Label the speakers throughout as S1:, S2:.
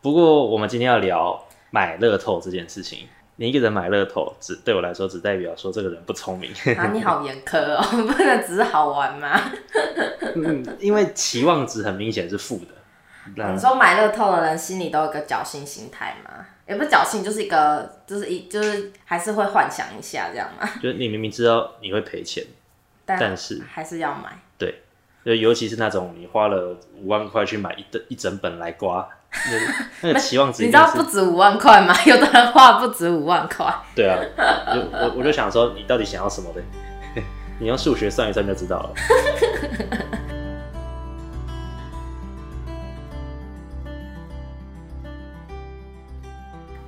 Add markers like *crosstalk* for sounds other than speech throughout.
S1: 不过我们今天要聊买乐透这件事情。你一个人买乐透，只对我来说只代表说这个人不聪明。 *laughs*
S2: 啊，你好严苛哦， *laughs* 不能只是好玩吗？
S1: 嗯， *laughs* 因为期望值很明显是负的。那
S2: 你说买乐透的人心里都有个侥幸心态吗？也不是侥幸，就是一个，就是一，就是还是会幻想一下这样嘛。
S1: 就是你明明知道你会赔钱，
S2: 但
S1: 但是
S2: 还是要买，
S1: 就尤其是那种你花了五万块去买一整一整本来刮，那个那个期望值
S2: *laughs* 你
S1: 一
S2: 知
S1: 定
S2: 道
S1: 是
S2: 不止五万块吗？有的人花不止五万块，
S1: 对啊，就我我就想说，你到底想要什么的？你用数学算一算就知道了。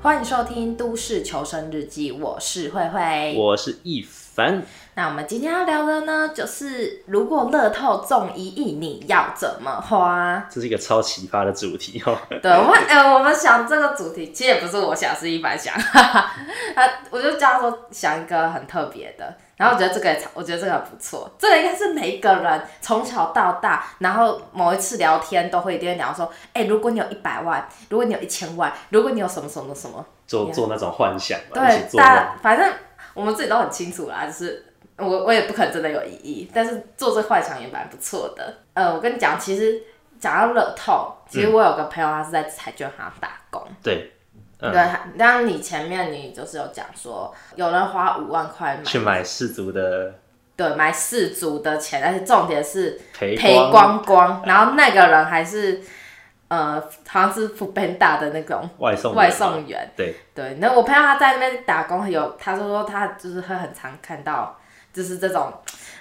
S2: 欢迎收听《都市求生日记》，我是慧慧。
S1: 我是一凡，
S2: 那我们今天要聊的呢，就是如果乐透中一亿，你要怎么花？
S1: 这是一个超奇葩的主题哦。
S2: 对，我们哎、我们想这个主题，其实也不是我想，是一般想。 *laughs* 哈哈啊，我就叫他说想一个很特别的，然后我觉得这个也超，我觉得这个很不错，这个应该是每一个人从小到大，然后某一次聊天都会一定会聊说，哎、如果你有一百万，如果你有一千万，如果你有什么什么什么， *laughs*
S1: 做做那种幻想嘛，一起
S2: 对，
S1: 做梦。
S2: 大反正我们自己都很清楚啦，就是我我也不可能真的有意义，但是做这幻想也蛮不错的。呃，我跟你讲，其实讲到乐透，其实我有个朋友他是在彩券行打工。
S1: 对，嗯
S2: 对，但你前面你就是有讲说，有人花五万块买，
S1: 去买氏族的
S2: 对，买四足的钱，而且重点是
S1: 赔
S2: 赔光光，然后那个人还是呃，好像是福本达的那种
S1: 外送
S2: 外送员，
S1: 对
S2: 对，那我朋友他在那边打工有，他说说他就是会很常看到，就是这种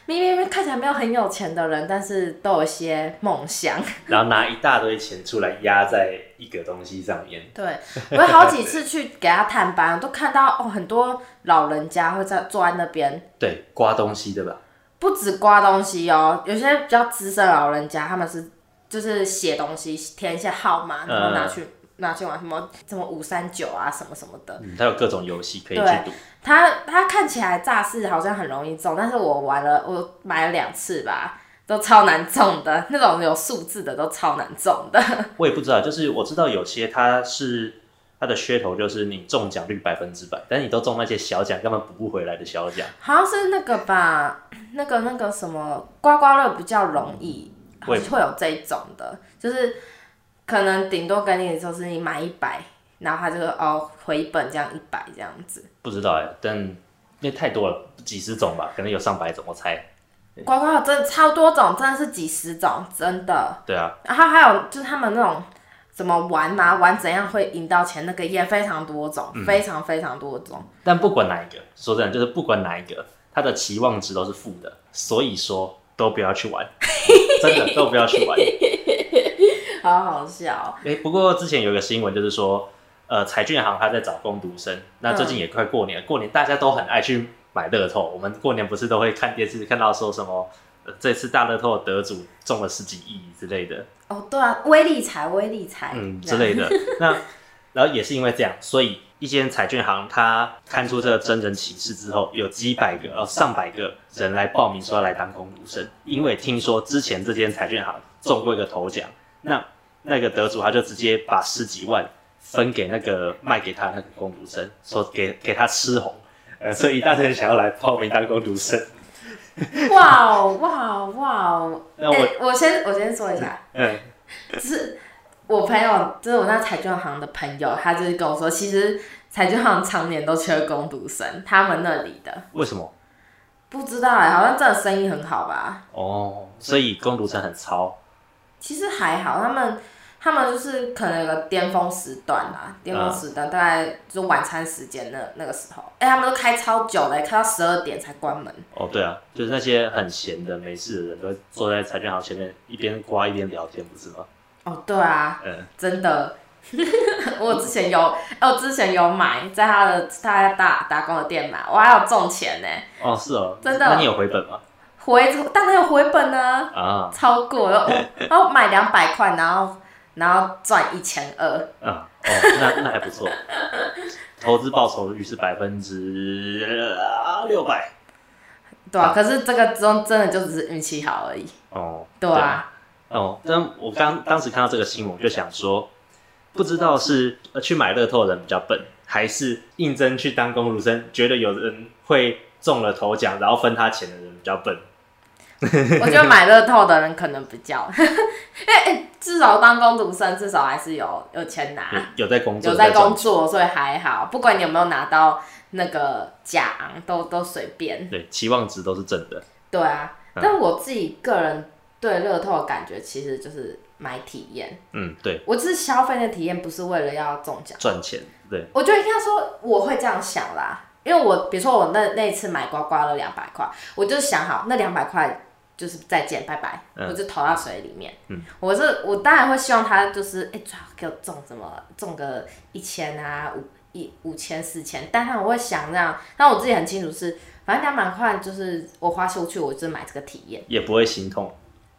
S2: 明明看起来没有很有钱的人，但是都有一些梦想。 *laughs*
S1: 然后拿一大堆钱出来压在一个东西上面，
S2: 对，我有好几次去给他探班，都看到哦，很多老人家会在坐在那边，
S1: 对，刮东西对吧？
S2: 不止刮东西哦，有些比较资深的老人家他们是就是写东西，填一些号码，然后拿去、拿去玩什么什么五三九啊什么什么的。
S1: 嗯，它有各种游戏可以去
S2: 对
S1: 赌，
S2: 它它看起来乍是好像很容易中，但是我玩了，我买了两次吧，都超难中的，那种有数字的都超难中的。
S1: 我也不知道，就是我知道有些它是它的噱头就是你中奖率百分之百，但是你都中那些小奖，根本补不回来的小奖。
S2: 好像是那个吧，那个那个什么刮刮乐比较容易，
S1: 我
S2: 会
S1: 也
S2: 有这一种的，就是可能顶多给你就是你买一百，然后它就哦回本这样一百这样子。
S1: 不知道哎、但因为太多了，几十种吧，可能有上百种，我猜。
S2: 刮刮乐真的超多种，真的是几十种，真的。
S1: 对啊，
S2: 然后还有就是他们那种怎么玩嘛，玩怎样会赢到钱，那个也非常多种，
S1: 嗯
S2: 非常非常多种。
S1: 但不管哪一个，说真的，就是不管哪一个，它的期望值都是负的，所以说都不要去玩，真的都不要去玩。
S2: 好好笑哦、
S1: 哎、不过之前有一个新闻就是说，呃，彩券行他在找工读生，那最近也快过年了，过年大家都很爱去买乐透，我们过年不是都会看电视看到说什么，呃、这次大乐透得主中了十几亿之类的，
S2: 哦，对啊，微利财，微利财，
S1: 嗯之
S2: 这
S1: 类
S2: 样 *laughs*
S1: 的。那然后也是因为这样，所以一间彩券行它看出这个真人启事之后，有几百个呃上百个人来报名说要来当工读生，因为听说之前这间彩券行中过一个头奖，那那个得主他就直接把十几万分给那个卖给他那个工读生，说给给他吃红。呃，所以一大堆人想要来报名当工读生。
S2: 哇哦，哇哦，哇哦！
S1: 那我，
S2: 哎我先我先说一下，
S1: 嗯，
S2: 就是我朋友，就是我那彩券行的朋友，他就是跟我说，其实彩券行常年都缺工读生，他们那里的
S1: 为什么？
S2: 不知道哎、好像真的生意很好吧？
S1: 哦，所以工读生很糙，
S2: 其实还好，他们他们就是可能有个巅峰时段啦，巅峰时段大概就晚餐时间那那个时候，哎、他们都开超久了，开到十二点才关门。
S1: 哦，对啊，就是那些很闲的没事的人，都会坐在彩券行前面一边刮一边聊天，不是吗？
S2: 哦，对啊，
S1: 嗯，
S2: 真的。 *laughs* 我之前有，哎我之前有买，在他的他在打打工的店买，我还有中钱呢、
S1: 哦，是哦，
S2: 真的
S1: 那你有回本吗？
S2: 回当然有回本呢、
S1: 啊
S2: 超过了，我然后买两百块，然后然后赚一千二，
S1: 啊，哦，那那还不
S2: *laughs*
S1: 错，投资报酬率是百分之六百。
S2: 对啊，可是这个真真的就只是运气好而已，
S1: 哦，
S2: 对啊。
S1: 哦，但我刚当时看到这个新闻，我就想说，不知道是呃去买乐透的人比较笨，还是应征去当公读生，觉得有人会中了头奖，然后分他钱的人比较笨。
S2: 我觉得买乐透的人可能比较， *laughs* 因为、哎至少当工读生，至少还是有有钱拿，
S1: 有有在工作，
S2: 有在工
S1: 赚
S2: 作，所以还好。不管你有没有拿到那个奖，都都随便。
S1: 钱，对，期望值都是正的。
S2: 对啊，
S1: 嗯
S2: 但我自己个人对乐透的感觉其实就是买体验，
S1: 嗯，对，
S2: 我只是消费那体验，不是为了要中奖。
S1: 赚钱，对，
S2: 我觉得应该说我会这样想啦，因为我比如说我那那一次买刮刮乐两百块，我就想好那两百块就是再见拜拜，
S1: 嗯
S2: 我就投到水里面。
S1: 嗯
S2: 我是我当然会希望他就是哎、最好给我中什么中个一千啊五一五千四千，但是我会想那样，但我自己很清楚是，反正两百块就是我花出去，我就是买这个体验。
S1: 也不会心痛。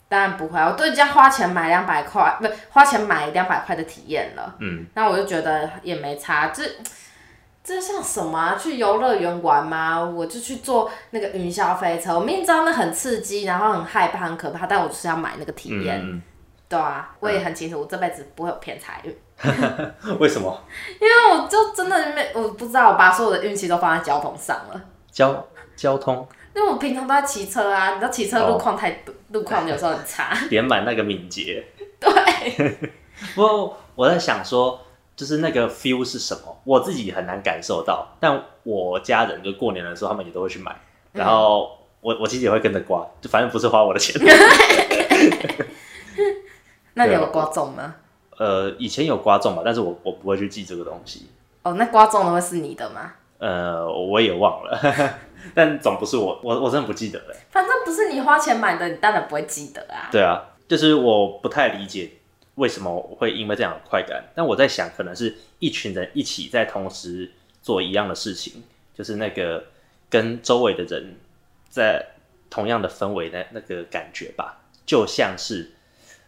S2: 当然不会啊，我都已经花钱买两百块，不是花钱买两百块的体验了。
S1: 嗯，
S2: 那我就觉得也没差，这这像什么啊？去游乐园玩吗？我就去坐那个云霄飞车，我明明知道那很刺激，然后很害怕、很可怕，但我就是要买那个体验，
S1: 嗯，
S2: 对啊，我也很清楚，我这辈子不会有偏财运，
S1: 嗯为什么
S2: 因为我就真的没，我不知道我把所有的运气都放在交通上了。
S1: 交交通
S2: 因为我平常都在骑车啊，你知道骑车路
S1: 哦
S2: 况太、路况有时候很差，
S1: 连满那个敏捷？
S2: *laughs* 对，
S1: 不过我在想说，就是那个 feel 是什么，我自己很难感受到，但我家人就过年的时候，他们也都会去买，
S2: 嗯
S1: 然后我我其实也会跟着刮，就反正不是花我的
S2: *laughs*
S1: 钱。
S2: 那你有刮中吗？
S1: 呃，以前有刮中嘛，但是我我不会去记这个东西，
S2: 哦，那刮中的会是你的吗？
S1: 呃，我也忘了， *laughs* 但总不是我，我我真的不记得了。
S2: 反正不是你花钱买的，你当然不会记得啊。
S1: 对啊，就是我不太理解为什么我会因为这样的快感。但我在想，可能是一群人一起在同时做一样的事情，就是那个跟周围的人在同样的氛围的那个感觉吧，就像是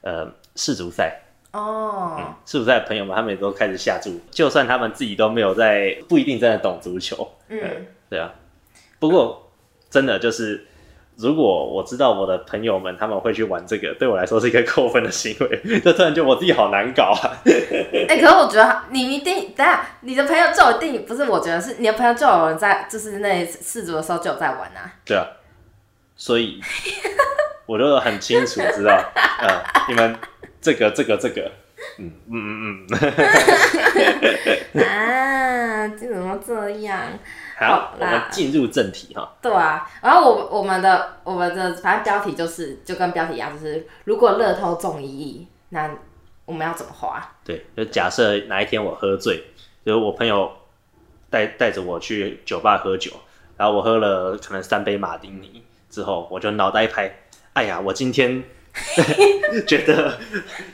S1: 呃世足赛。
S2: 哦。
S1: 嗯，世足赛的朋友们他们也都开始下注，就算他们自己都没有在，不一定真的懂足球，
S2: 嗯，
S1: *laughs* 对啊。不过真的就是，如果我知道我的朋友们他们会去玩这个，对我来说是一个扣分的行为。 *laughs* 就突然就我自己好难搞啊！
S2: 哎、可是我觉得你一定，等一下你的朋友就有定，不是我觉得是你的朋友就有人在，就是那四组的时候就有在玩 *laughs* 啊。
S1: 对啊，所以我就很清楚知道， *laughs* 呃，你们这个这个这个，嗯嗯嗯嗯，
S2: 啊，这怎么这样？
S1: 好
S2: 好啦，
S1: 我们进入正题哈。
S2: 对啊，然后我我们的我们的反正标题就是就跟标题一样，就是如果乐透中一亿，那我们要怎么花？
S1: 对，就假设哪一天我喝醉，就是我朋友带带着我去酒吧喝酒，然后我喝了可能三杯马丁尼之后，我就脑袋一拍，哎呀，我今天 *laughs* 觉得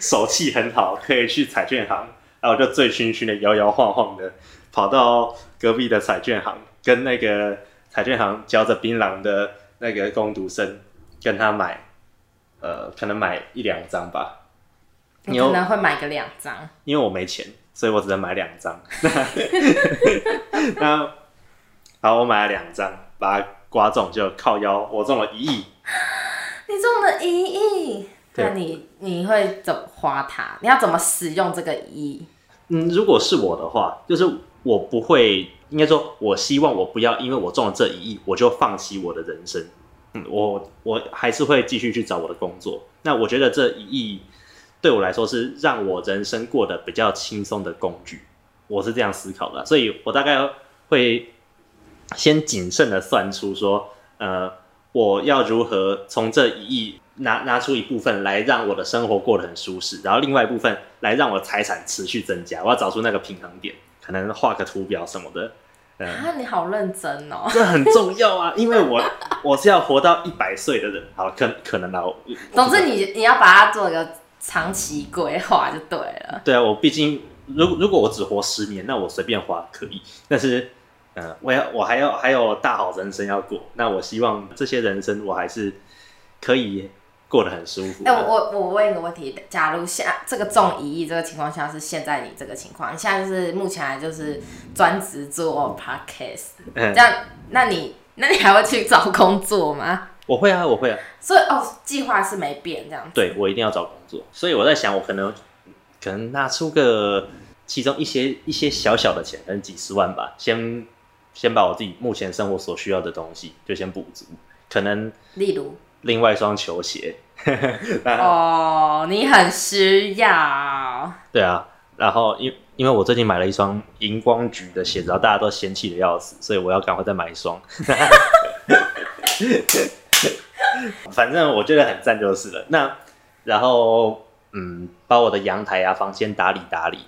S1: 手气很好，可以去彩券行，然后我就醉醺醺的、摇摇晃晃的跑到隔壁的彩券行，跟那个彩券行嚼着槟榔的那个工读生跟他买，呃，可能买一两张吧。
S2: 你
S1: 有
S2: 可能会买个两张，
S1: 因为我没钱，所以我只能买两张。那好，我买了两张，把它刮中就靠腰，我中了一亿。
S2: 你中了一亿，
S1: 对
S2: 那你你会怎么花它？你要怎么使用这个一亿？
S1: 嗯，如果是我的话，就是我不会，应该说，我希望我不要因为我中了这一亿，我就放弃我的人生。嗯，我我还是会继续去找我的工作。那我觉得这一亿对我来说是让我人生过得比较轻松的工具，我是这样思考的啊。所以我大概会先谨慎的算出说，呃，我要如何从这一亿拿拿出一部分来让我的生活过得很舒适，然后另外一部分来让我的财产持续增加，我要找出那个平衡点，可能画个图表什么的，嗯、
S2: 啊，你好认真哦。
S1: 这很重要啊，因为我 *laughs* 我是要活到一百岁的人，好，可可能啦，我
S2: 总之你，你要把它做一个长期规划就对了。
S1: 对啊，我毕竟如如果我只活十年，那我随便花可以，但是。嗯，我要我还要还有大好人生要过，那我希望这些人生我还是可以过得很舒服的。啊
S2: 哎、我我我问一个问题：假如现这个中一亿这个情况下是现在你这个情况，你现在就是目前还就是专职做 podcast，
S1: 嗯
S2: 这样，那你那你还会去找工作吗？
S1: 我会啊，我会啊，
S2: 所以哦，计划是没变这样子。
S1: 对我一定要找工作，所以我在想，我可能可能拿出个其中一些一些小小的钱，可能几十万吧，先先把我自己目前生活所需要的东西就先补足，可能
S2: 例如，
S1: 另外一双球鞋，嗯
S2: 哦，你很需要，
S1: 对啊，然后因因为我最近买了一双荧光橘的鞋子，然后大家都嫌弃的要死，所以我要赶快再买一双。 *laughs* 反正我觉得很赞就是了。那然后嗯，把我的阳台啊、房间打理打理，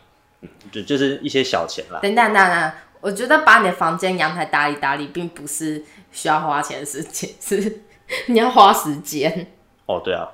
S1: 嗯，就就是一些小钱啦。
S2: 等等等等，我觉得把你的房间、阳台打理打理，并不是需要花钱的事情，是你要花时间。
S1: 哦，对啊，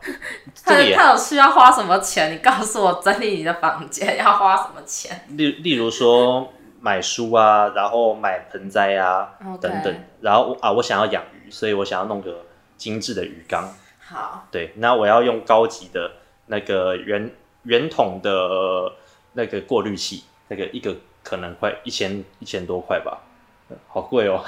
S1: 这
S2: 他
S1: 个也
S2: 他有需要花什么钱？你告诉我，整理你的房间要花什么钱？
S1: 例例如说买书啊，然后买盆栽啊
S2: OK
S1: 等等。然后我啊，我想要养鱼，所以我想要弄个精致的鱼缸。
S2: 好，
S1: 对，那我要用高级的那个圆圆筒的呃那个过滤器，那个一个可能快一千一千多块吧，呃好贵哦，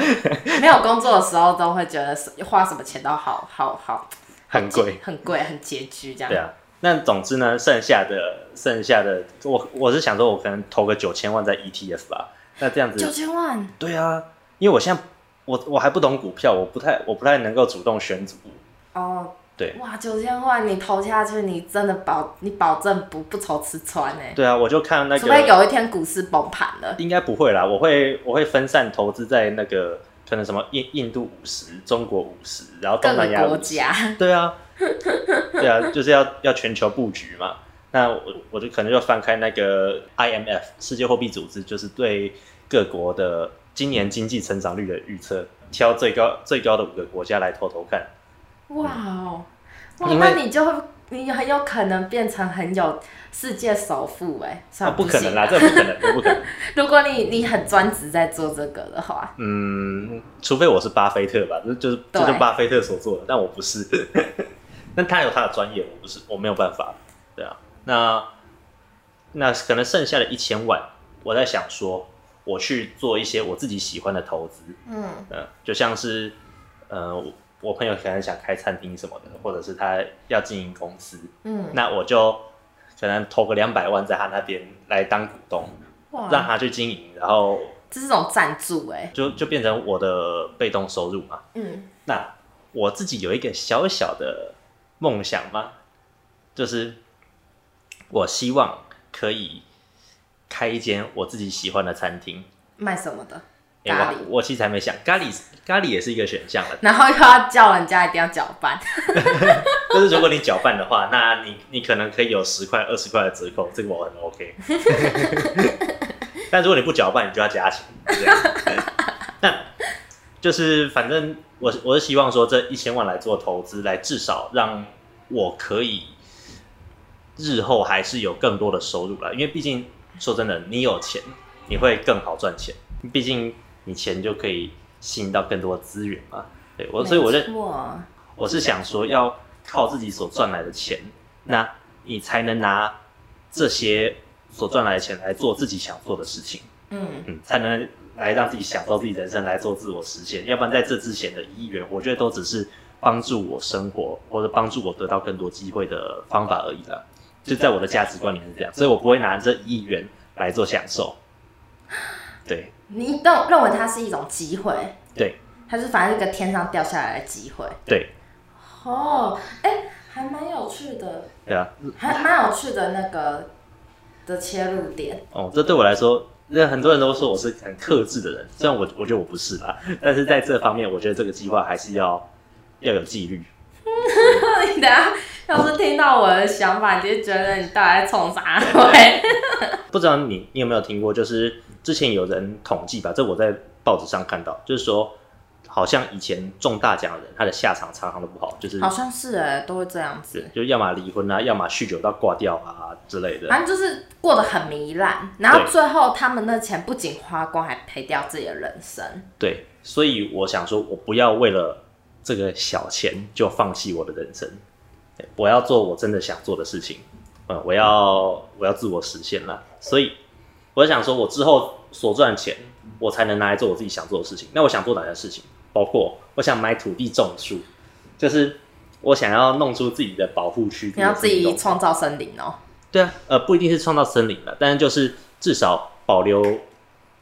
S1: *laughs*
S2: 没有工作的时候都会觉得是花什么钱都好好好
S1: 很贵。
S2: 很贵，很拮据这样。
S1: 对啊，那总之呢，剩下的剩下的，我我是想说，我可能投个九千万在 ETF 吧。那这样
S2: 九
S1: 子，
S2: 千万，
S1: 对啊，因为我现在我我还不懂股票，我不太我不太能够主动选股。
S2: 哦，
S1: 对
S2: 哇，九千万你投下去，你真的保你保证不不愁吃穿呢、
S1: 对啊，我就看那
S2: 除非
S1: 个，
S2: 有一天股市崩盘了，
S1: 应该不会啦，我会我会分散投资在那个可能什么印印度五十、中国五十，然后
S2: 各
S1: 东
S2: 个
S1: 南亚
S2: 国
S1: 五十。
S2: 家，
S1: 对啊， *laughs* 对啊，就是要要全球布局嘛。那我我就可能就翻开那个 IMF 世界货币组织，就是对各国的今年经济成长率的预测，挑最高最高的五个国家来偷偷看。啊
S2: 哇哦，哇，
S1: 因为
S2: 那你就会你很有可能变成很有世界首富哎、
S1: 啊，
S2: 算了
S1: 不可能啦，
S2: 行
S1: 这不可能，这不可能。
S2: 如果你你很专职在做这个的话，
S1: 嗯，除非我是巴菲特吧，这就是
S2: 对
S1: 这就是巴菲特所做的，但我不是。 *laughs* 那他有他的专业，我不是，我没有办法。对啊，那那可能剩下的一千万，我在想说，我去做一些我自己喜欢的投资，
S2: 嗯，
S1: 嗯、就像是呃，我我朋友可能想开餐厅什么的，或者是他要经营公司，
S2: 嗯，
S1: 那我就可能投个两百万在他那边来当股东，让
S2: 哇，
S1: 他去经营，然后
S2: 这是种赞助哎、
S1: 就就变成我的被动收入嘛。
S2: 嗯，
S1: 那我自己有一个小小的梦想吗？就是我希望可以开一间我自己喜欢的餐厅。
S2: 卖什么的 *laughs*
S1: 诶
S2: 咖喱，。
S1: 我我其实还没想，咖喱咖喱也是一个选项了
S2: 然后又要叫人家一定要搅拌，
S1: *laughs* 但是如果你搅拌的话，那你你可能可以有十块、二十块的折扣，这个我很 OK。但如果你不搅拌，你就要加钱。这样那就是反正我是我是希望说这一千万来做投资，来至少让我可以日后还是有更多的收入了。因为毕竟说真的，你有钱，你会更好赚钱。毕竟你钱就可以吸引到更多资源嘛。对我，所以我认
S2: 没错
S1: 我是想说，要靠自己所赚来的钱，那你才能拿这些所赚来的钱来做自己想做的事情，
S2: 嗯，
S1: 嗯，才能来让自己享受自己人生，来做自我实现。要不然，在这之前的一亿元，我觉得都只是帮助我生活或者帮助我得到更多机会的方法而已啦。就在我的价值观里面是这样，所以我不会拿这一亿元来做享受。对
S2: 你认认为它是一种机会，
S1: 对
S2: 它是反正一个天上掉下来的机会。
S1: 对
S2: 哦，哎、还蛮有趣的，
S1: 对啊，
S2: 还蛮有趣的那个的切入点。
S1: 哦，这对我来说，那很多人都说我是很克制的人，虽然我我觉得我不是啦，但是在这方面，我觉得这个计划还是要要有纪律。 *laughs*
S2: 你等下要是听到我的想法，你就觉得你到底在冲
S1: *laughs*
S2: 啥鬼？
S1: 不知道你你有没有听过，就是之前有人统计吧，这我在报纸上看到，就是说好像以前中大奖的人，他的下场常常都不好，就是
S2: 好像是哎、都会这样子。
S1: 就要么离婚啊，要么酗酒到挂掉啊之类的。
S2: 反正就是过得很糜烂，然后
S1: 对
S2: 最后他们的钱不仅花光，还赔掉自己的人生。
S1: 对，所以我想说，我不要为了这个小钱就放弃我的人生，对我要做我真的想做的事情，嗯，我要我要自我实现啦。所以我想说，我之后所赚的钱，我才能拿来做我自己想做的事情。那我想做哪些事情？包括我想买土地种树，就是我想要弄出自己的保护区，
S2: 你要自己
S1: 种
S2: 创造森林哦、
S1: 对啊，呃，不一定是创造森林了，但是就是至少保留，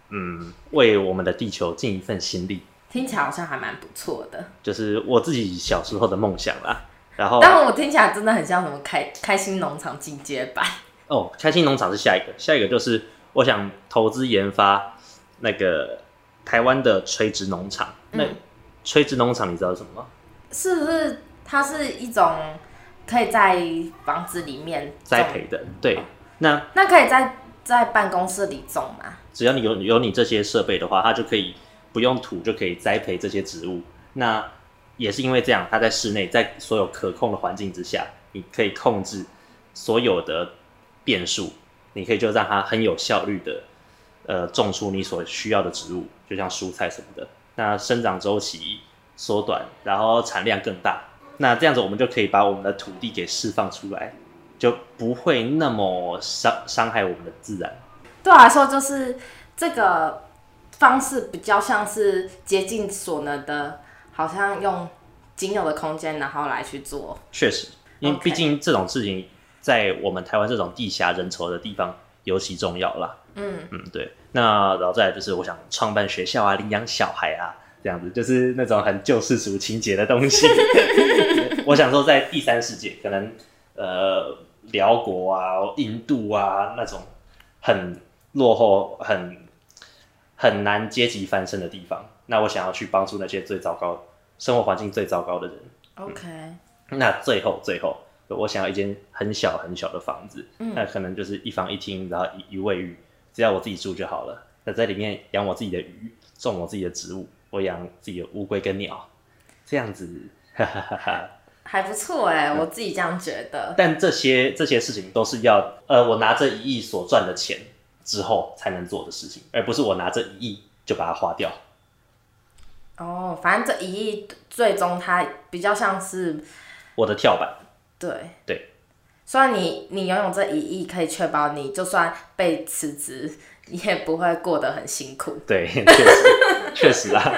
S1: 嗯，为我们的地球尽一份心力，
S2: 听起来好像还蛮不错的。
S1: 就是我自己小时候的梦想啦。然后
S2: 但我听起来真的很像什么开开心农场进阶版，
S1: 哦，开心农场是下一个，下一个就是我想投资研发那个台湾的垂直农场。那
S2: 嗯
S1: 垂直农场你知道是什么吗？
S2: 是不是？它是一种可以在房子里面种
S1: 栽，培的，对。那
S2: 那可以在在办公室里种吗？
S1: 只要你有有你这些设备的话，它就可以不用土就可以栽培这些植物。那也是因为这样，它在室内，在所有可控的环境之下，你可以控制所有的变数，你可以就让它很有效率的呃种出你所需要的植物，就像蔬菜什么的。那生长周期缩短，然后产量更大。那这样子，我们就可以把我们的土地给释放出来，就不会那么伤伤害我们的自然。
S2: 对我来说，就是这个方式比较像是竭尽所能的，好像用仅有的空间，然后来去做。
S1: 确实，因为
S2: OK
S1: 毕竟这种事情在我们台湾这种地狭人稠的地方尤其重要啦。
S2: 嗯，
S1: 嗯，对。那然后再来就是，我想创办学校啊，领养小孩啊，这样子就是那种很救世主情节的东西。我想说，在第三世界，可能呃，辽国啊、印度啊那种很落后、很很难阶级翻身的地方，那我想要去帮助那些最糟糕、生活环境最糟糕的人。
S2: OK，
S1: 那最后最后，我想要一间很小很小的房子，那可能就是一房一厅，然后一一卫浴，只要我自己住就好了。那在里面养我自己的鱼，种我自己的植物，我养自己的乌龟跟鸟，这样子，哈哈哈哈。
S2: 还不错哎、我自己这样觉得。
S1: 但这些这些事情都是要，呃，我拿这一亿所赚的钱之后才能做的事情，而不是我拿这一亿就把它花掉。
S2: 哦，反正这一亿最终它比较像是
S1: 我的跳板，
S2: 对
S1: 对。
S2: 虽然你你拥有这一亿，可以确保你就算被辞职，你也不会过得很辛苦，
S1: 对， *laughs* 确实确实啊，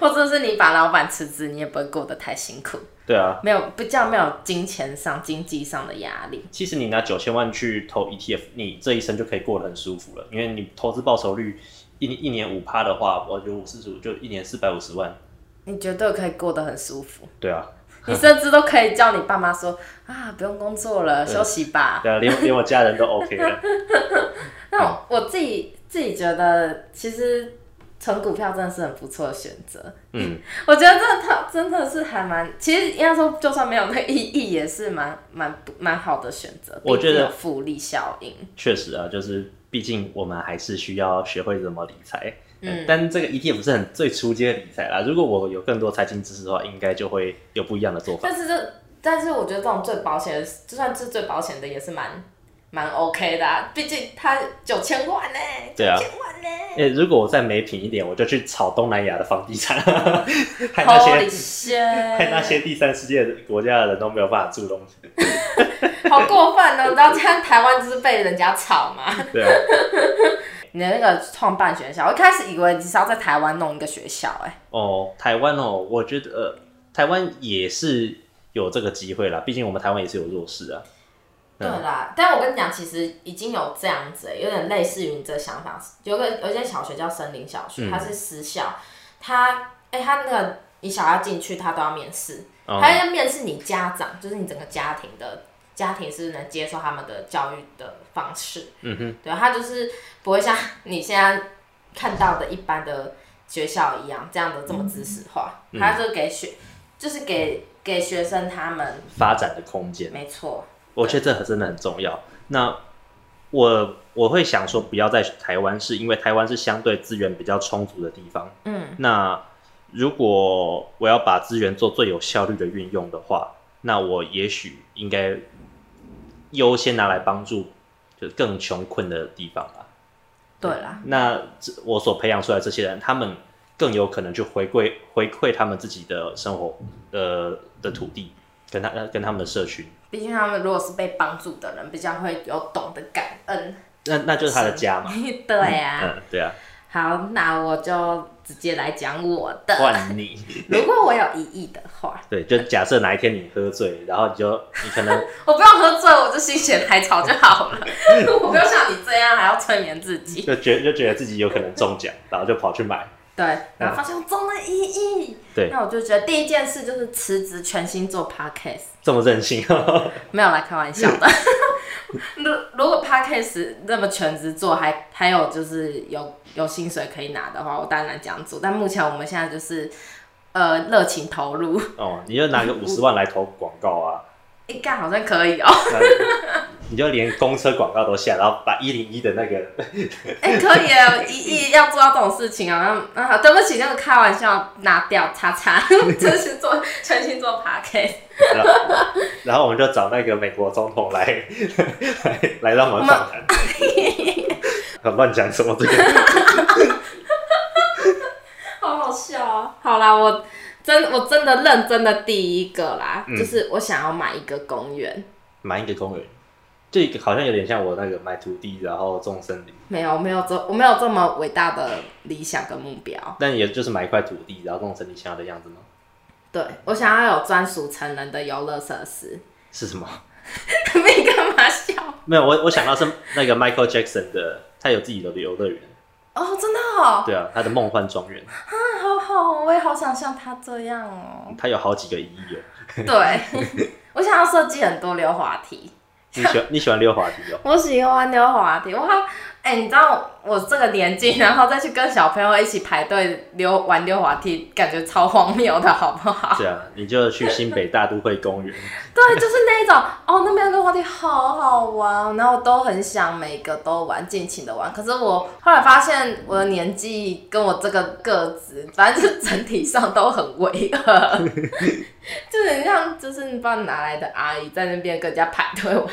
S2: 或者是你把老板辞职，你也不会过得太辛苦，
S1: 对啊，
S2: 没有比较没有金钱上、经济上的压力。
S1: 其实你拿九千万去投 ETF，你这一生就可以过得很舒服了，因为你投资报酬率一一年五趴的话，我觉得五四十五就一年四百五十万，
S2: 你绝对可以过得很
S1: *laughs*
S2: 舒服，
S1: 对啊，
S2: 你甚至都可以叫你爸妈说啊，不用工作了，休息
S1: *laughs*
S2: 吧。
S1: 对啊，连连我家人都 OK *laughs* 了，嗯
S2: 那我我自己自己觉得，其实存股票真的是很不错的选择。
S1: 嗯，
S2: 我觉得这它真的是还蛮，其实应该说，就算没有那个意义，也是蛮蛮蛮好的选择。
S1: 我觉得
S2: 毕竟有复利效应，
S1: 确实啊，就是毕竟我们还是需要学会怎么理财，呃
S2: 嗯
S1: 但这个 ETF 是很最初阶的理财啦，如果我有更多财经知识的话，应该就会有不一样的做法，
S2: 但是这但是我觉得这种最保险的，就算是最保险的，也是蛮蛮 OK 的、啊。毕竟它九千万呢、九
S1: 对啊
S2: 千万呢、
S1: 诶、如果我再没品一点，我就去炒东南亚的房地 *laughs* 产，害那
S2: Holy
S1: 些 *laughs*
S2: shit！
S1: 害那些第三世界的国家的人都没有办法住东西。
S2: 好过分哦！你知道这样台湾就是被人家炒吗？
S1: 对啊，
S2: *laughs* 你的那个创办学校，我一开始以为你是要在台湾弄一个学校、哎，
S1: 哦，台湾哦，我觉得、呃、台湾也是有这个机会啦，毕竟我们台湾也是有弱势啊。
S2: 对啦，但我跟你讲，其实已经有这样子、哎有点类似于你这个想法。有个有一间小学叫森林小学，
S1: 嗯
S2: 它是私校，它哎、它那个你小孩进去，它都要面试，
S1: 嗯
S2: 它要面试你家长，就是你整个家庭的家庭是不是能接受他们的教育的方式。
S1: 嗯哼，
S2: 对，它就是不会像你现在看到的一般的学校一样这样的这么知识化，
S1: 嗯
S2: 它就给学就是给给学生他们，
S1: 发展的空间，
S2: 没错，
S1: 我觉得这真的很重要。那我我会想说，不要在台湾，是因为台湾是相对资源比较充足的地方。
S2: 嗯，
S1: 那如果我要把资源做最有效率的运用的话，那我也许应该优先拿来帮助就更穷困的地方吧。
S2: 对啦，
S1: 那这我所培养出来这些人，他们更有可能去回馈回馈他们自己的生活，呃的土地，跟他呃跟他们的社群，
S2: 毕竟他们如果是被帮助的人，比较会有懂得感恩，
S1: 那那就是他的家嘛。
S2: *laughs* 对呀、
S1: 嗯，对啊，
S2: 好，那我就直接来讲我的。
S1: 换你。 *laughs*
S2: 如果我有疑义的话，
S1: 对，就假设哪一天你喝醉，然后你就你可能 *laughs*
S2: 我不用喝醉，我就心血来潮就好了。我不用像你这样还要催眠自己。
S1: 就觉就觉得自己有可能中奖，然后就跑去买。
S2: 对，然后发现我中了疑义，
S1: 对
S2: 那我就觉得第一件事就是辞职，全心做 podcast。
S1: 这么任性， *laughs*
S2: 没有来开玩笑的。如如果 podcast 那么全职做，还还有就是有有薪水可以拿的话，我当然这样做。但目前我们现在就是呃热情投入，
S1: 哦，你就拿个五十万来投广告啊，
S2: 哎、干好像可以哦、
S1: 那你就连公车广告都下，然后把一零一的那个，
S2: *laughs* 哎、可以耶，一一要做到这种事情啊，那啊，对不起，那个开玩笑拿掉，叉 *laughs* 叉，就是做全心做 podcast。
S1: 然后然后我们就找那个美国总统来 *laughs* 来来让我们访谈。很乱讲什么这个？
S2: 好好笑啊！好啦，我真我真的认真的第一个啦，
S1: 嗯
S2: 就是我想要买一个公园。
S1: 买一个公园，这个好像有点像我那个买土地然后种森林，
S2: 没有，我没有这我没有这么伟大的理想跟目标。
S1: 但也就是买一块土地然后种成你想要的样子吗？
S2: 对我想要有专属成人的游乐设 *laughs* 施。
S1: 是什么？ *laughs*
S2: 你干嘛笑？
S1: 没有，我我想到是那个 Michael Jackson 的，他有自己的游乐园，
S2: 哦，真的哦，
S1: 对啊，他的梦幻庄园，
S2: 啊，好好哦，我也好想像他这样哦。
S1: 他有好几个一亿哦。
S2: 对，我想要设计很多溜滑梯。
S1: 你喜 *laughs* 欢你喜欢溜滑梯哦？
S2: 我喜欢溜滑梯，我还哎、你知道我这个年纪，然后再去跟小朋友一起排队溜玩溜滑梯，感觉超荒谬的，好不好？
S1: 对啊，你就去新北大都会公园，
S2: 对，就是那一种哦，那边的滑梯好好玩，然后我都很想每个都玩，尽情的玩。可是我后来发现我的年纪跟我这个个子，反正就是整体上都很违和， *laughs* 就是很像就是不知道哪来的阿姨在那边跟人家排队玩，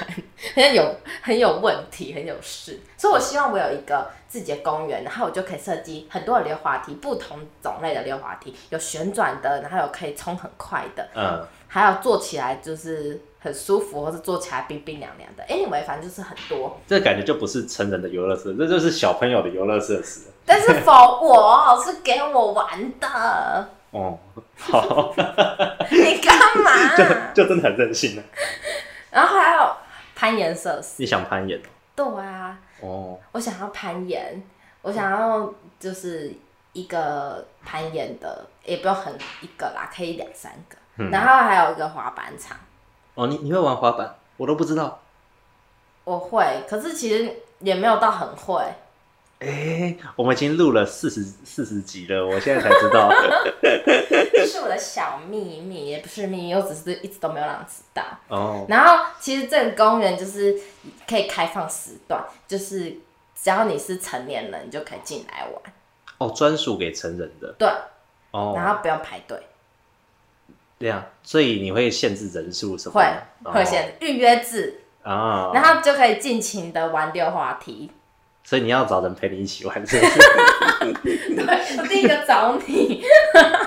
S2: 很有很有问题，很有事。所以我希望我有一个自己的公园，然后我就可以设计很多的溜滑梯，不同种类的溜滑梯，有旋转的，然后有可以冲很快的，
S1: 嗯，
S2: 还有坐起来就是很舒服，或是坐起来冰冰凉凉的。Anyway，反正就是很多。
S1: 这感觉就不是成人的游乐设施，这就是小朋友的游乐设施。
S2: 但是否我是给我玩的，
S1: 哦，
S2: *laughs* 啊
S1: 好，
S2: 你干嘛？
S1: 就真的很任性啊！
S2: 然后还有攀岩设施。
S1: 你想攀岩
S2: 对啊，
S1: 哦？
S2: 我想要攀岩，我想要就是一个攀岩的，也不用很一个啦，可以两三个。
S1: 嗯
S2: 然后还有一个滑板场，
S1: 哦，你你会玩滑板？我都不知道。
S2: 我会，可是其实也没有到很会。
S1: 哎、我们已经录了四十四十集了，我现在才知道。
S2: 这是我的小秘密，也不是秘密，我只是一直都没有让人知道。
S1: *laughs* 哦，
S2: 然后其实这个公园就是可以开放时段，就是只要你是成年人，你就可以进来玩。
S1: 哦，专属给成人的
S2: 对，然
S1: 哦，
S2: 后不用排队，
S1: 这样，啊所以你会限制人数什么
S2: 会
S1: 的？哦
S2: 会先预约制，
S1: 啊，
S2: 然后就可以尽情的玩溜
S1: *laughs*
S2: 滑梯。
S1: 所以你要找人陪你一起玩，是不是？
S2: *laughs* 对，我第一个找你，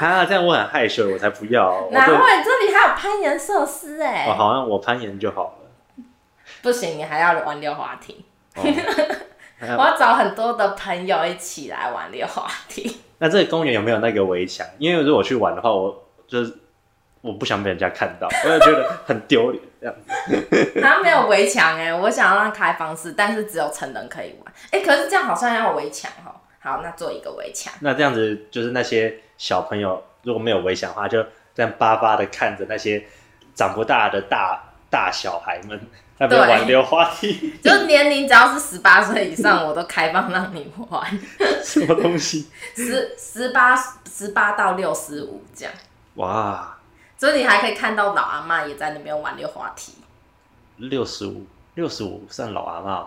S1: 啊，这样我很害羞，我才不要。我
S2: 哪
S1: 哦对
S2: 会？这里还有攀岩设施哎、
S1: 我好像我攀岩就好了。
S2: 不行，你还要玩溜滑梯。 *laughs*
S1: 哦、
S2: 我要找很多的朋友一起来玩溜滑梯。
S1: 那这个公园有没有那个围墙？因为如果去玩的话，我就是我不想被人家看到，我也觉得很丢脸这样子。
S2: 好像没有围墙哎，我想要让开放式，但是只有成人可以玩。哎、可是这样好像要有围墙哦。好，那做一个围墙。
S1: 那这样子就是那些小朋友如果没有围墙的话，就这样巴巴的看着那些长不大的大大小孩们那边
S2: 对
S1: 玩溜滑梯， *laughs*
S2: 就是年龄只要是十八岁以上，我都开放让你玩，
S1: 什么东西？
S2: 十十八十八到六十五这样，
S1: 哇，
S2: 所以你还可以看到老阿妈也在那边玩溜滑梯，
S1: 六十五，六十五算老阿妈吗，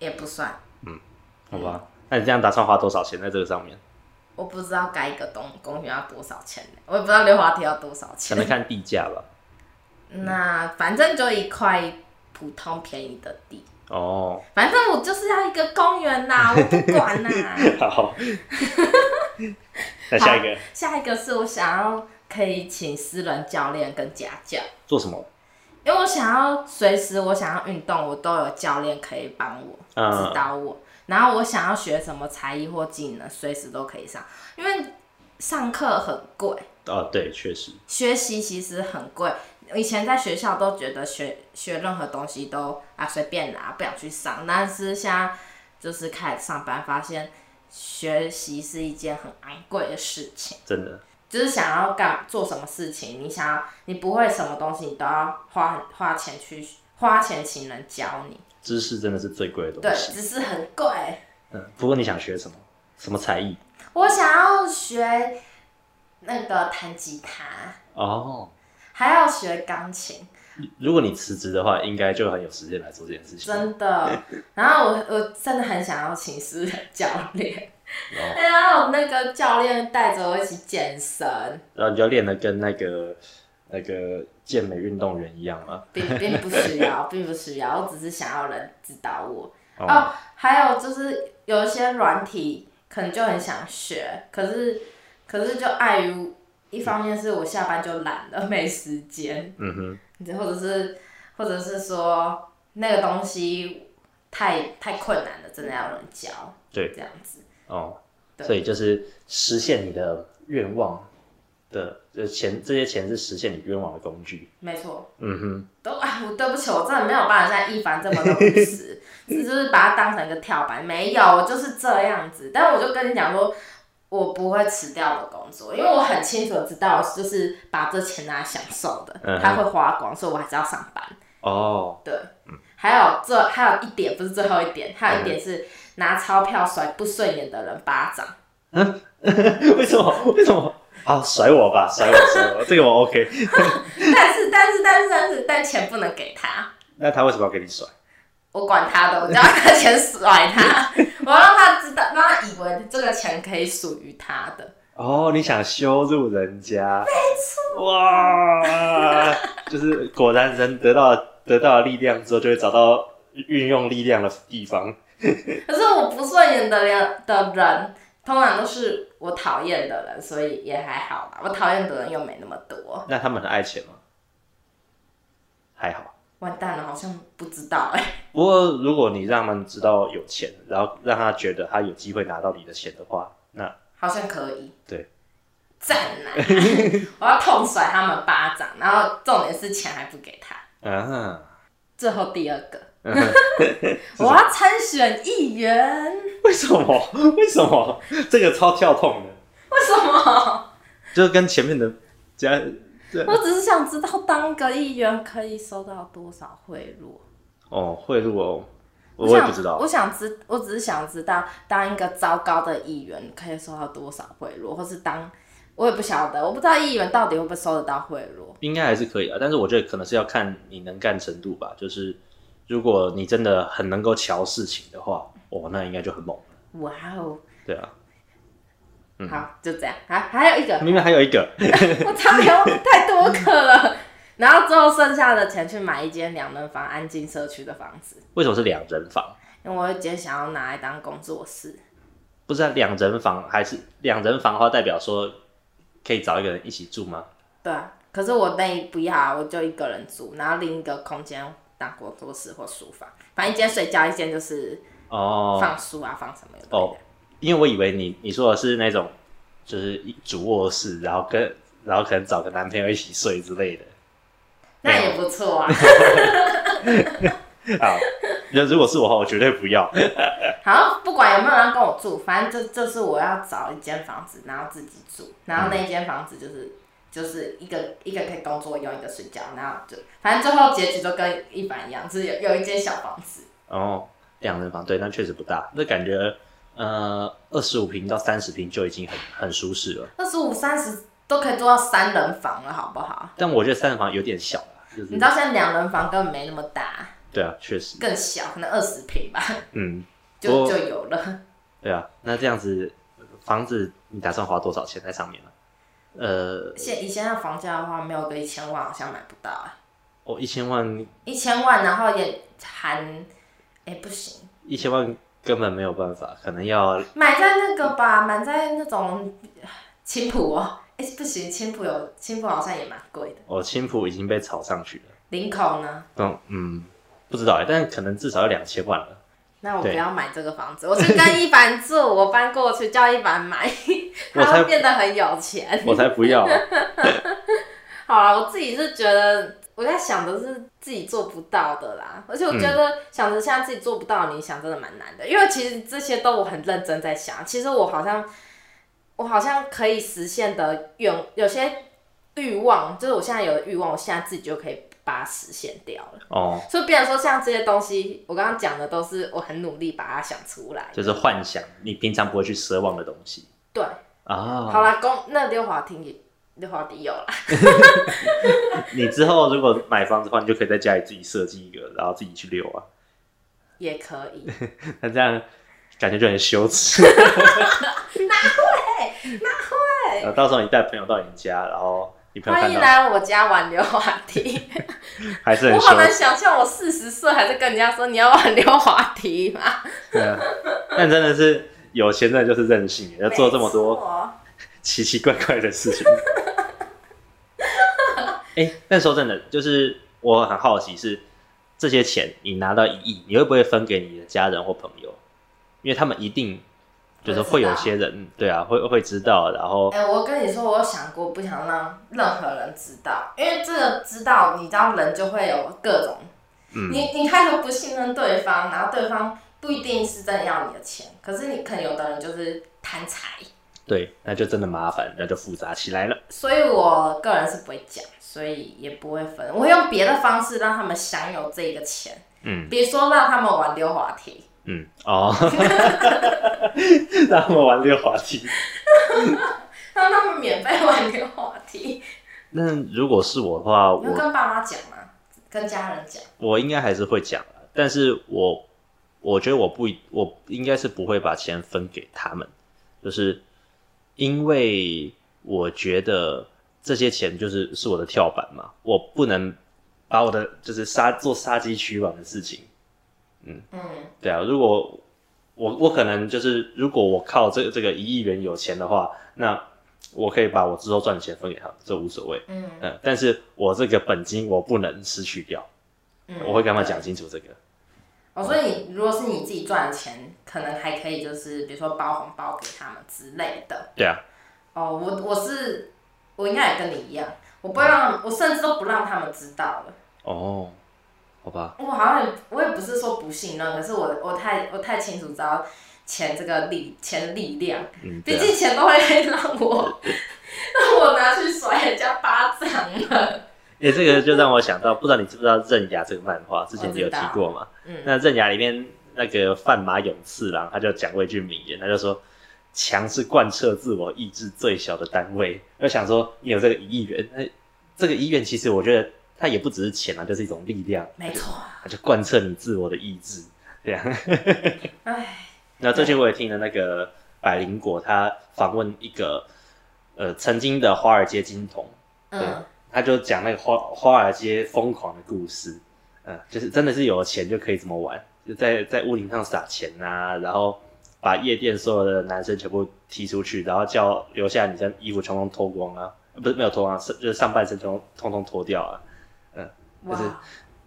S2: 也不算，
S1: 好吧？那你这样打算花多少钱在这个上面？
S2: 我不知道盖一个东公园要多少钱呢、我也不知道溜滑梯要多少
S1: 可
S2: 钱
S1: 能。看地价吧。
S2: 那反正就一块普通便宜的地，
S1: 哦，
S2: 反正我就是要一个公园啦，我不管啦。
S1: 好，那下一个
S2: 下一个是我想要可以请私人教练跟家教。
S1: 做什么？
S2: 因为我想要随时我想要运动，我都有教练可以帮我
S1: 嗯
S2: 指导我，然后我想要学什么才艺或技能，随时都可以上，因为上课很贵，
S1: 哦，对，确实，
S2: 学习其实很贵。以前在学校都觉得学学任何东西都啊随便拿，不想去上。但是现在就是开始上班，发现学习是一件很昂贵的事情。
S1: 真的，
S2: 就是想要干做什么事情，你想要你不会什么东西，你都要花花钱去花钱请人教你。
S1: 知识真的是最贵的
S2: 对
S1: 东，西。
S2: 只是很贵。
S1: 嗯，不过你想学什么？什么才艺？
S2: 我想要学那个弹吉他，
S1: 哦，
S2: 还要学钢琴，
S1: 如果你辞职的话，应该就很有时间来做这件事情。
S2: 真的。然后我我真的很想要请私人教练，
S1: 哦，
S2: 然后那个教练带着我一起健身，
S1: 然后你就练得跟那个那个健美运动员一样嘛。
S2: 并并不需要，并不需要，我只是想要人指导我。
S1: 哦，
S2: 哦，还有就是有一些软体可能就很想学，可是可是就碍于一方面是我下班就懒了，没时间，
S1: 嗯哼，
S2: 或者是或者是说那个东西太太困难了，真的要有人教，
S1: 对，
S2: 这样子。
S1: 哦，
S2: 对
S1: 所以就是实现你的愿望的，呃，钱这些钱是实现你愿望的工具。
S2: 没错，
S1: 嗯哼，
S2: 都哎，我对不起，我真的没有办法像一凡这么的务实，只就是把它当成一个跳板。没有，我就是这样子。但我就跟你讲说，我不会辞掉我的工作，因为我很清楚地知道，就是把这钱拿来享受的
S1: 嗯，哼
S2: 它会花光，所以我还是要上班。
S1: 哦， *laughs*
S2: 对，还有这还有一点不是最后一点，还
S1: 嗯
S2: 有一点是拿钞票甩不顺眼的人巴掌。 *laughs*
S1: 为什么？为什么？啊，甩我吧，甩我，甩我，这个我 OK。
S2: 但是但是但是但是但钱不能给他。
S1: 那他为什么要给你甩？
S2: 我管他的，我就要拿钱甩他，
S1: *laughs*
S2: 我要让他知道，让他以为这个钱可以属于他的。
S1: 哦，你想羞辱人家？没错。哇，就是果然人得到得到了力量之后，就会找到运用力量的地方。
S2: 可是我不顺眼的人的人，通常都是我讨厌的人，所以也还好吧。我讨厌的人又没那么多。
S1: 那他们很爱钱吗？还好。
S2: 完蛋了，好像不知道哎、
S1: 不过如果你让他们知道有钱，然后让他觉得他有机会拿到你的钱的话，那
S2: 好像可以。
S1: 对。
S2: 赞
S1: *laughs*
S2: 呐！我要痛甩他们巴掌，然后重点是钱还不给他。
S1: 啊，
S2: 最后第二
S1: *laughs*
S2: 个，
S1: 嗯哼什
S2: *laughs* 我
S1: 么
S2: 要参选议员。
S1: 为什么？为什么？这个超跳痛的，
S2: 为什么？
S1: 就是跟前面的加
S2: *laughs*
S1: 对
S2: 我只是想知道当个议员可以收到多少贿赂。
S1: 哦贿赂哦，我也
S2: 想
S1: 不知道
S2: 我想知，我只是想知道当一个糟糕的议员可以收到多少贿赂，或是当我也不晓得，我不知道议员到底会不会收得到贿赂。
S1: 应该还是可以啊，但是我觉得可能是要看你能干程度吧。就是如果你真的很能够瞧事情的话，哦，那应该就很猛了。
S2: 哇哦！
S1: 对啊，嗯
S2: 好，就这样。还还有一个，
S1: 明明还有一个，
S2: 我差点要太多个了。然后最后剩下的钱去买一间两人房安静社区的房子，
S1: 为什么是两人房？
S2: 因为我有一间想要拿来当工作室。
S1: 不是、啊、两人房，还是两人房的话，代表说可以找一个人一起住吗？
S2: 对啊，可是我那一不要啊，我就一个人住，然后另一个空间当工作室或书房，反正一间睡觉，一间就是
S1: 哦，
S2: 放书啊，放什么有的没
S1: 哦
S2: 的。
S1: 因为我以为你你说的是那种，就是一主卧室，然后跟然后可能找个男朋友一起睡之类的。
S2: 那也不错
S1: *laughs*
S2: 啊。
S1: 好，那如果是我的话，我绝对不要。
S2: 好，不管有没有人跟我住，反正就就是我要找一间房子，然后自己住，然后那一间房子就是。就是一个一个可以工作用，一个睡觉，然后就反正最后结局都跟一般一样，就是有有一间小房子，
S1: 哦，两人房对，但确实不大，那感觉呃二十五平到三十平就已经很很舒适了。
S2: 二十五三十都可以做到三人房了，好不好？
S1: 但我觉得三人房有点小啦，就
S2: 你
S1: 是
S2: 知道现在两人房根本没那么大，
S1: 对啊，确实，
S2: 更小，可能二十平吧， *laughs*
S1: 嗯，
S2: 就
S1: 我
S2: 就有了。 *laughs*
S1: 对啊，那这样子房子你打算花多少钱在上面呢、呃，
S2: 现以前的房价的话，没有个一千万好像买不到啊，
S1: 我一千万
S2: 一千万，然后也含，哎、不行，
S1: 一千万根本没有办法，可能要
S2: 买在那个吧，买在那种青浦哦，哎、不行，青浦有青浦好像也蛮贵的。
S1: 我青浦已经被炒上去了，
S2: 林口呢？
S1: 欸嗯嗯，不知道哎、但可能至少要两千万了。
S2: 那我不
S1: 对
S2: 要买这个房子，我去跟一凡住，我搬过去叫一凡买，
S1: 我
S2: *laughs* 他
S1: 才
S2: 会变得很有钱。
S1: 我才不要啊、
S2: *laughs* 好了，我自己是觉得我在想的是自己做不到的啦，而且我觉得想着现在自己做不到，你想真的蛮难的，因为其实这些都我很认真在想，其实我好像我好像可以实现的愿有些欲望，就是我现在有的欲望，我现在自己就可以把它实现掉了。
S1: 哦，
S2: 所以，变成说像这些东西，我刚刚讲的都是我很努力把它想出来。
S1: 就是幻想你平常不会去奢望的东西
S2: 对，
S1: 啊。
S2: 好啦，公那溜滑梯也溜滑梯有啦，
S1: 你之后如果买房子的话，你就可以在家里自己设计一个，然后自己去溜啊。
S2: 也可
S1: *laughs*
S2: 以。
S1: 那这样感觉就很羞
S2: *laughs*
S1: 耻。哪会？哪呃会？到时候你带朋友到你家，然后你朋友
S2: 欢
S1: 看
S2: 迎
S1: 到
S2: 来我家玩溜滑梯。
S1: 还是
S2: 我
S1: 很羞
S2: 好难
S1: 耻。 *laughs*
S2: 想象我四十岁还在跟人家说你要玩溜滑梯嘛，
S1: 对啊但真的是有钱人就是任性， *laughs* 要做这么多
S2: 多。
S1: 奇奇怪怪的事情。哎、但说真的，就是我很好奇是这些钱你拿到一亿，你会不会分给你的家人或朋友？因为他们一定就是会有些人对啊，会会知道，然后
S2: 哎、我跟你说，我有想过不想让任何人知道，因为这个知道，你知道人就会有各种，
S1: 嗯
S2: 你你开头不信任对方，然后对方不一定是真的要你的钱，可是你可能有的人就是贪财，
S1: 对，那就真的麻烦，那就复杂起来了。
S2: 所以我个人是不会讲，所以也不会分，我会用别的方式让他们享有这个钱，
S1: 嗯
S2: 比如说让他们玩溜滑梯， *laughs*
S1: 嗯，哦， *laughs* 让他们玩溜滑梯。
S2: 让他们免费玩溜滑梯。
S1: 那如果是我的话，
S2: 你要
S1: 我
S2: 跟爸妈讲吗？跟家人讲？
S1: 我应该还是会讲啦，但是我我觉得我不一我应该是不会把钱分给他们，就是因为我觉得这些钱就是是我的跳板嘛，我不能把我的就是杀做杀鸡取卵的事情，
S2: 嗯，
S1: 对啊，如果我我可能就是，如果我靠这这个一亿元有钱的话，那我可以把我之后赚的钱分给他们，这无所谓。
S2: 嗯
S1: 嗯，但是我这个本金我不能失去掉，
S2: 嗯
S1: 我会跟他们讲清楚这个。
S2: 哦，所以你如果是你自己赚的钱，可能还可以，就是比如说包红包给他们之类的。
S1: 对啊，
S2: 哦，我我是我应该也跟你一样，我不会让，我甚至都不让他们知道了。
S1: 哦，好吧，
S2: 我好像也我也不是说不信任，可是我我太我太清楚知道钱这个力钱的力量，
S1: 嗯，对
S2: 毕
S1: 啊，
S2: 竟钱都会让我 *laughs* 让我拿去甩人家巴掌了。
S1: 诶、这个就让我想到，不知道你知不知道《刃牙》这个漫画，之前
S2: 我
S1: 你
S2: 知
S1: 有提
S2: 道
S1: 过嘛？
S2: 嗯，
S1: 那《刃牙》里面那个范马永次郎他就讲过一句名言，他就说：“强是贯彻自我意志最小的单位。”我想说，你有这个一亿元，那这个一亿元其实我觉得它也不只是钱啊，就是一种力量，
S2: 没错啊，
S1: 它就贯彻你自我的意志。这样。 *laughs*
S2: 唉。
S1: 那最近我也听了那个百灵果，他访问一个呃曾经的华尔街金童，
S2: 嗯，
S1: 他就讲那个华华尔街疯狂的故事，嗯、就是真的是有钱就可以怎么玩，就在在屋顶上撒钱啊，然后把夜店所有的男生全部踢出去，然后叫留下女生衣服全通脱光啊，呃不是没有脱光啊，是就是上半身全部通通脱掉啊，
S2: 哇，
S1: 就是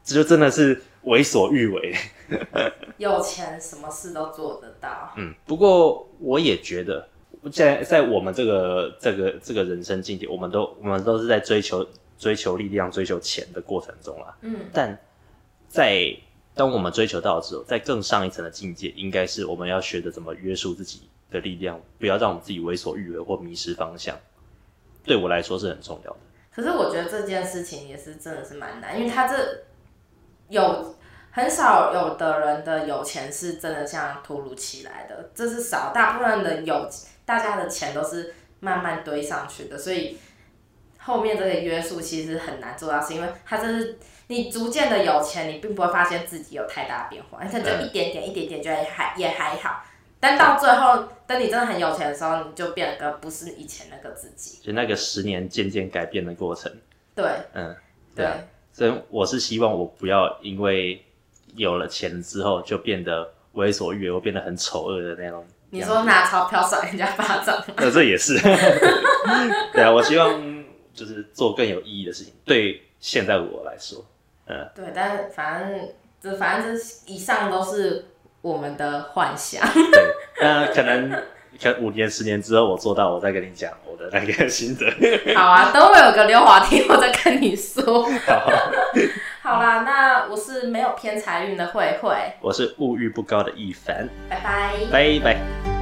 S1: 这就真的是为所欲为。 *laughs*
S2: 有钱什么事都做得到。
S1: 嗯，不过我也觉得，在在我们这个这个这个人生境界，我们都我们都是在追求追求力量、追求钱的过程中啊啦。
S2: 嗯，
S1: 但在当我们追求到的时候，在更上一层的境界，应该是我们要学着怎么约束自己的力量，不要让我们自己为所欲为或迷失方向。对我来说是很重要的。
S2: 可是我觉得这件事情也是真的是蛮难，因为他这有很少有的人的有钱是真的像突如其来的，这是少，大部分的有大家的钱都是慢慢堆上去的，所以后面这个约束其实很难做到，是因为他这是。你逐渐的有钱，你并不会发现自己有太大的变化，你可能就一点点、一点点，觉得还也还好。但到最后，等你真的很有钱的时候，你就变得不是以前那个自己。
S1: 就那个十年渐渐改变的过程，
S2: 对
S1: 嗯，对
S2: 对
S1: 啊，所以我是希望我不要因为有了钱之后就变得为所欲为，我变得很丑恶的那种样子。呃
S2: 你说拿钞票甩人家巴 *laughs* 掌吗？
S1: 那这也是， *laughs* 对啊，我希望就是做更有意义的事情，对现在的我来说，
S2: 对，但反正这反正这以上都是我们的幻想。 *laughs*
S1: 对，那可能可五年、十年之后我做到，我再跟你讲我的那个心得。 *laughs*
S2: 好啊，等我有个溜滑梯，我再跟你说。
S1: 好，
S2: 好啦，那我是没有偏财运的慧慧，
S1: 我是物欲不高的一凡，
S2: 拜拜。
S1: 拜拜。